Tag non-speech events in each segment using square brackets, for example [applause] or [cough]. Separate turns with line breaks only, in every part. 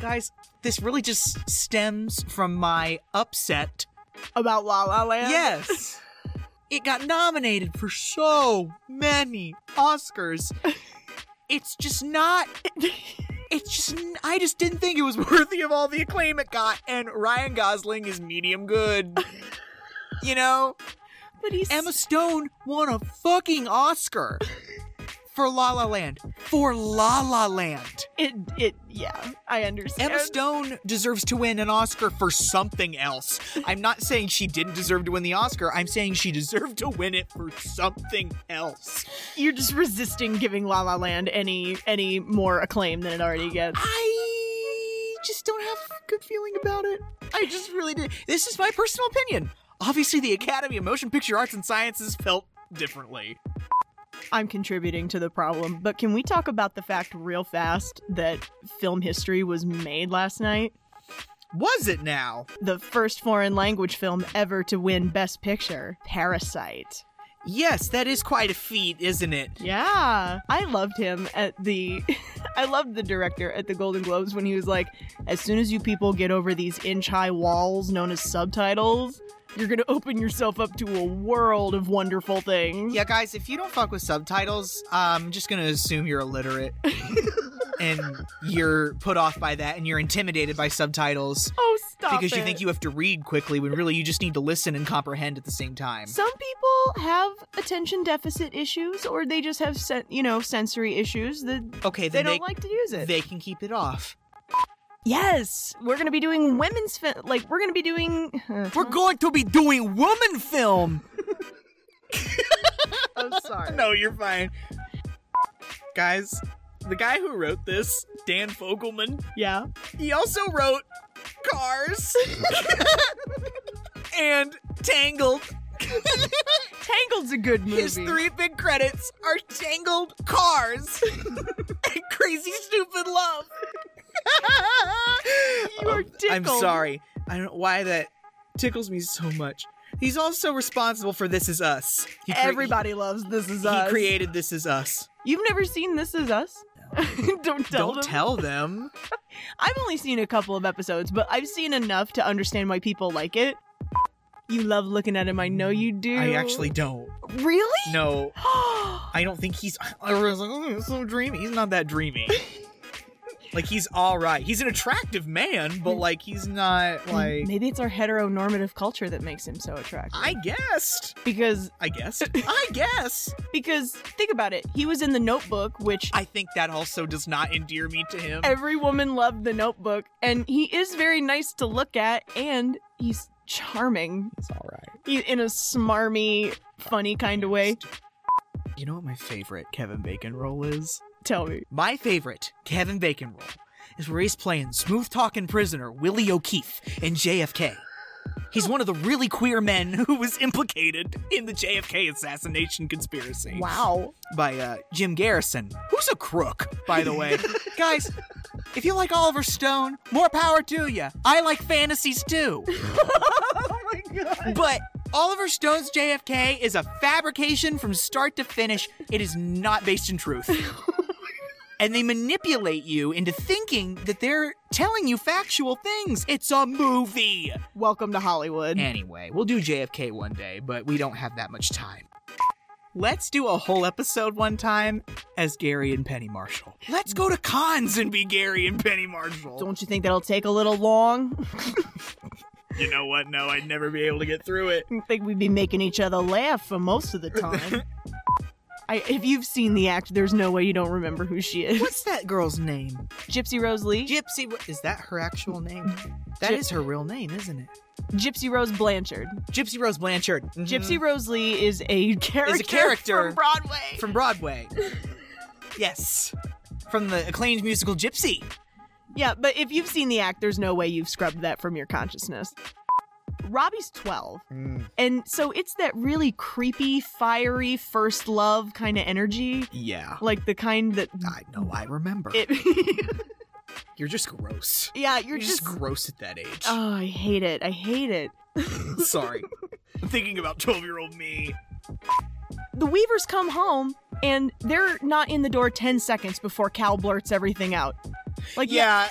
guys, this really just stems from my upset.
About La La Land?
Yes. [laughs] it got nominated for so many Oscars. It's just not. It's just. n- I just didn't think it was [laughs] worthy of all the acclaim it got. And Ryan Gosling is medium good. You know?
But he's
Emma Stone won a fucking Oscar for La La Land. For La La Land.
it it yeah, I understand.
Emma Stone deserves to win an Oscar for something else. I'm not saying she didn't deserve to win the Oscar. I'm saying she deserved to win it for something else.
You're just resisting giving La La Land any any more acclaim than it already gets.
I just don't have a good feeling about it. I just really did. This is my personal opinion. Obviously, the Academy of Motion Picture Arts and Sciences felt differently.
I'm contributing to the problem, but can we talk about the fact real fast that film history was made last night?
Was it now?
The first foreign language film ever to win Best Picture, Parasite.
Yes, that is quite a feat, isn't it?
Yeah, I loved him at the. [laughs] I loved the director at the Golden Globes when he was like, as soon as you people get over these inch high walls known as subtitles, you're gonna open yourself up to a world of wonderful things.
Yeah, guys, if you don't fuck with subtitles, I'm just gonna assume you're [laughs] illiterate. and you're put off by that and you're intimidated by subtitles
Oh, stop.
because you
it.
think you have to read quickly when really you just need to listen and comprehend at the same time.
Some people have attention deficit issues, or they just have, sen- you know, sensory issues that
okay,
they
then
don't
they,
like to use it.
they can keep it off.
yes, we're gonna be doing women's, fi- like we're gonna be doing. [laughs]
We're going to be doing woman film.
oh, sorry.
No, you're fine. Guys, the guy who wrote this, Dan Fogelman, [laughs]
Yeah.
he also wrote [laughs] Cars and Tangled.
Tangled's a good movie.
His three big credits are Tangled
[laughs]
Cars and Crazy Stupid Love. Oh,
You are
I'm
tickled.
sorry. I don't know why that tickles me so much. He's also responsible for This Is Us. He cre-
Everybody loves This Is
he,
Us.
he created This Is Us.
You've never seen This Is Us? [laughs] Don't tell
don't
them.
tell them.
I've only seen a couple of episodes, but I've seen enough to understand why people like it. You love looking at him. I know you do.
I actually don't.
really. [gasps]
No, I don't think he's. Everyone's like, oh, he's so dreamy. He's not that
[laughs]
dreamy. like he's all right. He's an attractive man, but like he's not like.
Maybe it's our heteronormative culture that makes him so attractive.
I guessed.
Because
I
[laughs]
guess. I guess.
because think about it, he was in The Notebook, which
I think that also does not endear me to him.
every woman loved The Notebook, and he is very nice to look at, and he's charming
It's all right.
he, e, in a smarmy, funny kind of way.
You know what my favorite Kevin Bacon role is?
Tell me,
My favorite Kevin Bacon role is where he's playing smooth talking prisoner Willie O'Keefe in JFK. He's one of the really queer men [laughs] who was implicated in the JFK assassination conspiracy
wow,
by uh, Jim Garrison, who's a crook, by the way. Guys, if you like Oliver Stone, more power to you. I like fantasies too.
[laughs] oh my god,
But Oliver Stone's JFK is a fabrication from start to finish. It is not based in truth. and they manipulate you into thinking that they're telling you factual things. It's a movie.
welcome to Hollywood.
Anyway, we'll do JFK one day, but we don't have that much time. Let's do a whole episode one time as Gary and Penny Marshall. Let's go to cons and be Gary and Penny Marshall.
Don't you think that'll take a little long? [laughs]
you know what? No, I'd never be able to get through it.
I think we'd be making each other laugh for most of the [laughs] time. I, if you've seen the act, there's no way you don't remember who she is.
What's that girl's name?
Gypsy Rose Lee?
Gypsy, Ro- is that her actual name? That is
Gyp-
her real name, isn't it?
Gypsy Rose Blanchard.
Gypsy Rose Blanchard. Mhm.
Gypsy Rose Lee Mm-hmm. is a character,
character.
from Broadway.
from Broadway. [laughs] yes. From the acclaimed musical Gypsy.
Yeah, but if you've seen the act, there's no way you've scrubbed that from your consciousness. Robbie's 12,
Mm,
and so it's that really creepy, fiery first love kind of energy,
Yeah.
like the kind that
I know, I remember.
[laughs] it
You're just gross.
Yeah, you're,
You're, just,
just
gross at that age.
Oh, I hate it. I hate it.
[laughs] Sorry. I'm thinking about 12 year old me.
The Weavers come home and they're not in the door 10 seconds before Cal blurts everything out. Like,
Yeah,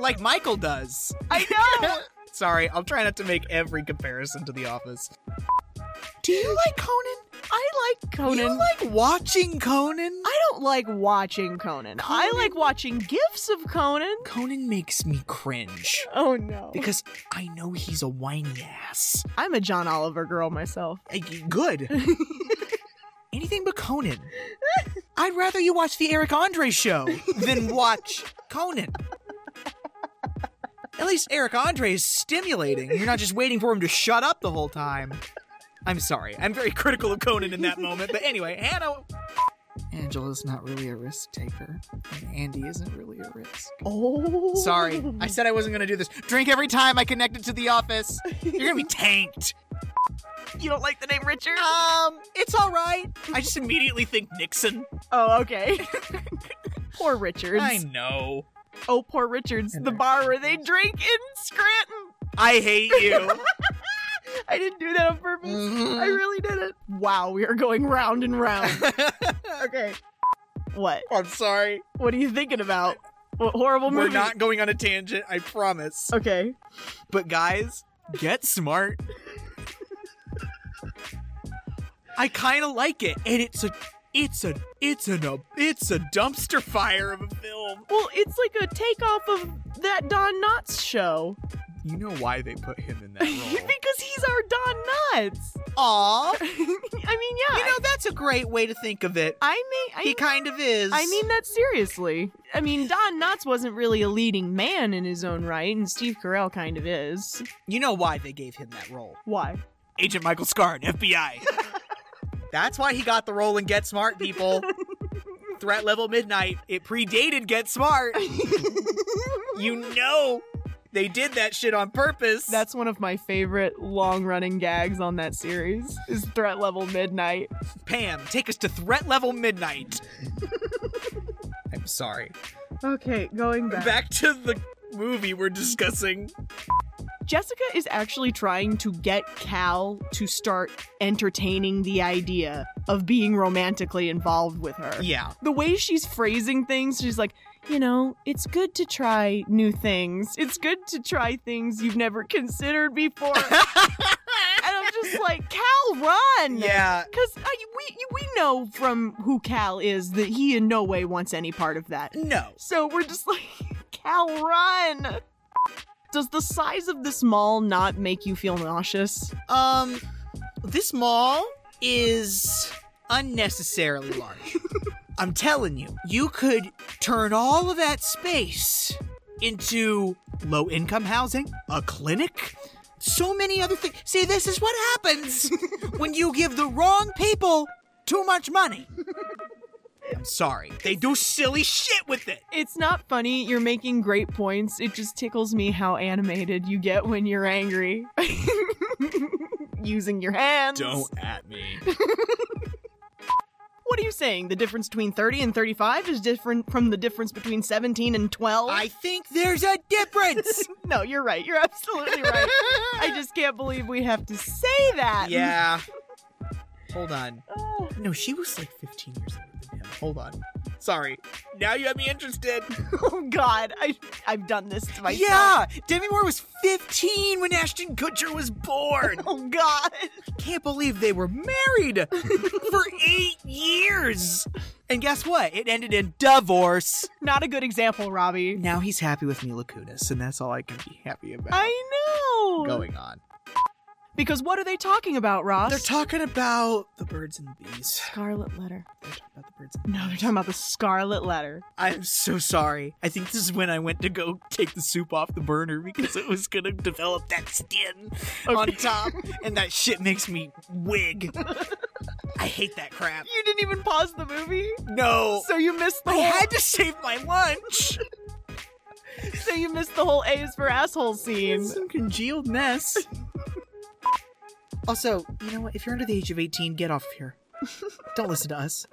like Michael does.
I
[laughs]
know.
Sorry, I'll try not to make every comparison to The Office. Do you like Conan?
I like Conan.
You like watching Conan?
I don't like watching Conan. I
Conan-
like watching gifs of Conan.
Conan makes me cringe
Oh no.
because I know he's a whiny ass.
I'm a John Oliver girl myself.
Uh, y- [laughs] Good. Anything but Conan. I'd rather you watch the Eric Andre show than watch Conan. At least Eric Andre is stimulating. You're not just waiting for him to shut up the whole time. I'm sorry. I'm very critical of Conan in that moment. But anyway, Hannah. Angela's not really a risk taker, and Andy isn't really a risk.
Oh.
Sorry, [laughs] I said I wasn't going to do this. Drink every time I connect it to the office. You're going to be tanked.
You don't like the name Richard?
Um, it's all right. I just immediately think Nixon. [laughs]
oh, okay. poor Richards.
know.
Oh, poor Richards.
And
The
their
bar where they drink in Scranton.
I hate [laughs] you.
[laughs] I didn't do that on purpose. I
Mm. Mm-hmm. [laughs]
really didn't. Wow, we are going round and round. okay. What?
I'm sorry.
What are you thinking about? What horrible
We're
movie?
not going on a tangent, I promise.
Okay.
But guys, get smart. I kind of like it, and it's a, it's a, it's a, it's a dumpster fire of a film.
Well, it's like a takeoff of that Don Knotts show [laughs]
You know why they put him in [laughs]
because he's our Don Knotts. [laughs]
Aw,
I mean, yeah.
you know that's a great way to think of it.
I mean, I,
he kind of is.
I mean that seriously. I mean, Don Knotts wasn't really a leading man in his own right, and Steve Carell kind of is.
you know why they gave him that role.
Why? [laughs]
Agent Michael Scarn, FBI. [laughs] That's why he got the role in Get Smart, people. [laughs] Threat level midnight. It predated Get Smart. You know they did that shit on purpose.
That's one of my favorite long-running gags on that series. Is Threat Level Midnight.
Pam, take us to threat level [laughs] midnight. I'm sorry.
Okay, going
Back to the movie we're discussing.
Jessica is actually trying to get Cal to start entertaining the idea of being romantically involved with her.
Yeah.
The way she's phrasing things, she's like, you know, it's good to try new things. It's good to try things you've never considered before. and I'm just like, Cal, run!
Yeah.
Because we, we know from who Cal is that he in no way wants any part of that.
No.
So we're just like, [laughs] Cal, run! Does the size of this mall not make you feel nauseous?
Um, this mall is unnecessarily [laughs] large. I'm telling you, you could turn all of that space into low income housing, a clinic, so many other things. See, this is what [laughs] happens when you give the wrong people too much money. I'm sorry. They do silly shit with it.
It's not funny. You're making great points. It just tickles me how animated you get when you're angry. [laughs] Using your hands.
at me.
What are you saying? The difference between 30 and 35 is different from the difference between 17 and 12?
I think there's a [laughs] difference.
No, you're right. You're absolutely right. I just can't believe we have to say that.
Yeah. Hold on.
Oh.
No, she was like 15 years older than him. Hold on. Sorry. Now you have me interested.
[laughs] Oh God, I I've done this to myself.
Yeah, Demi Moore was 15 when Ashton Kutcher was [laughs] born.
Oh God.
Can't believe they were married [laughs] for eight years. And guess what? It ended in divorce.
Not a good example, Robbie.
Now he's happy with Mila Kunis, and that's all I can be happy about.
I know.
Going on.
Because what are they talking about, Ross?
They're talking about the birds and the bees.
Scarlet Letter.
They're talking about the birds and the
No, they're talking about the Scarlet Letter.
I'm so sorry. I think this is when I went to go take the soup off the burner because it was gonna develop that skin on
Okay.
top, and that shit makes me wig. I hate that crap.
You didn't even pause the movie,
No,
so you missed the
I
whole.
had to save my lunch.
[laughs] So you missed the whole A is for asshole scene.
Some congealed mess. Also, you know what? If you're under the age of 18, get off of here. Don't listen to us.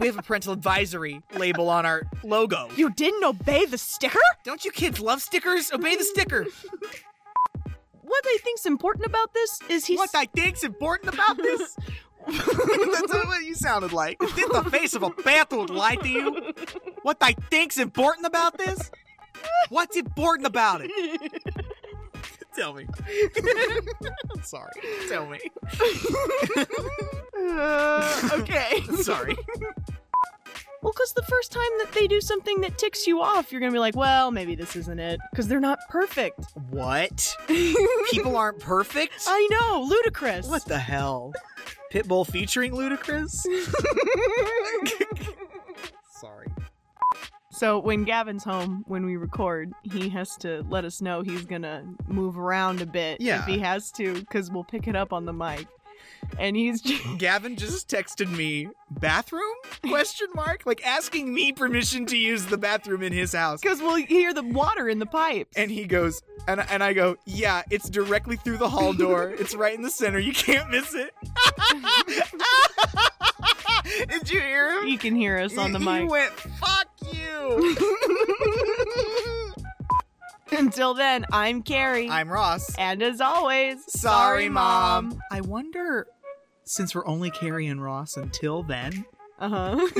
We have a parental advisory label on our logo.
You didn't obey the sticker.
Don't you kids love stickers? Obey the sticker.
What I think's important about this is he's
[laughs] What I think's important about this That's what you sounded like. Did the face of a bathroom lie to you? What I think's important about this? What's important about it? Tell [laughs] me. Sorry. Tell me.
Uh, okay.
Sorry.
[laughs] Well, because the first time that they do something that ticks you off, you're gonna be like, well, maybe this isn't it, because they're not perfect.
What? People aren't perfect?
I know, ludicrous.
What the hell? Pitbull featuring Ludacris? [laughs] Sorry.
so when Gavin's home, when we record, he has to let us know he's gonna move around a bit
Yeah.
if he has to, because we'll pick it up on the mic. And he's just,
Gavin just texted me bathroom question mark like asking me permission to use the bathroom in his house.
because we'll hear the water in the pipes.
And he goes and and I go, "Yeah, it's directly through the hall door. It's right in the center. You can't miss it." [laughs] Did you hear him?
he can hear us on the
He- He
mic.
went, "Fuck
[laughs]
you."
Until then, I'm Carrie.
I'm Ross.
and as always,
I wonder, since we're only Carrie and Ross until then,
Uh huh.
who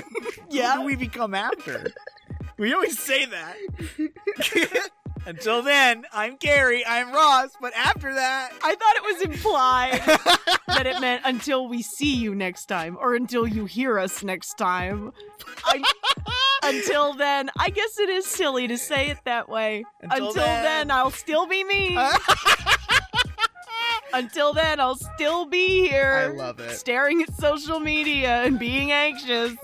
do we become after? [laughs] we always say that. [laughs] until then, I'm Carrie, I'm Ross, but after that,
I thought it was implied that it meant until we see you next time or until you hear us next time. I, until then, I guess it is silly to say it that way.
Until
Until,
then.
then. I'll still be
[laughs]
me. until then, I'll still be here.
I love it.
Staring at social media and being anxious.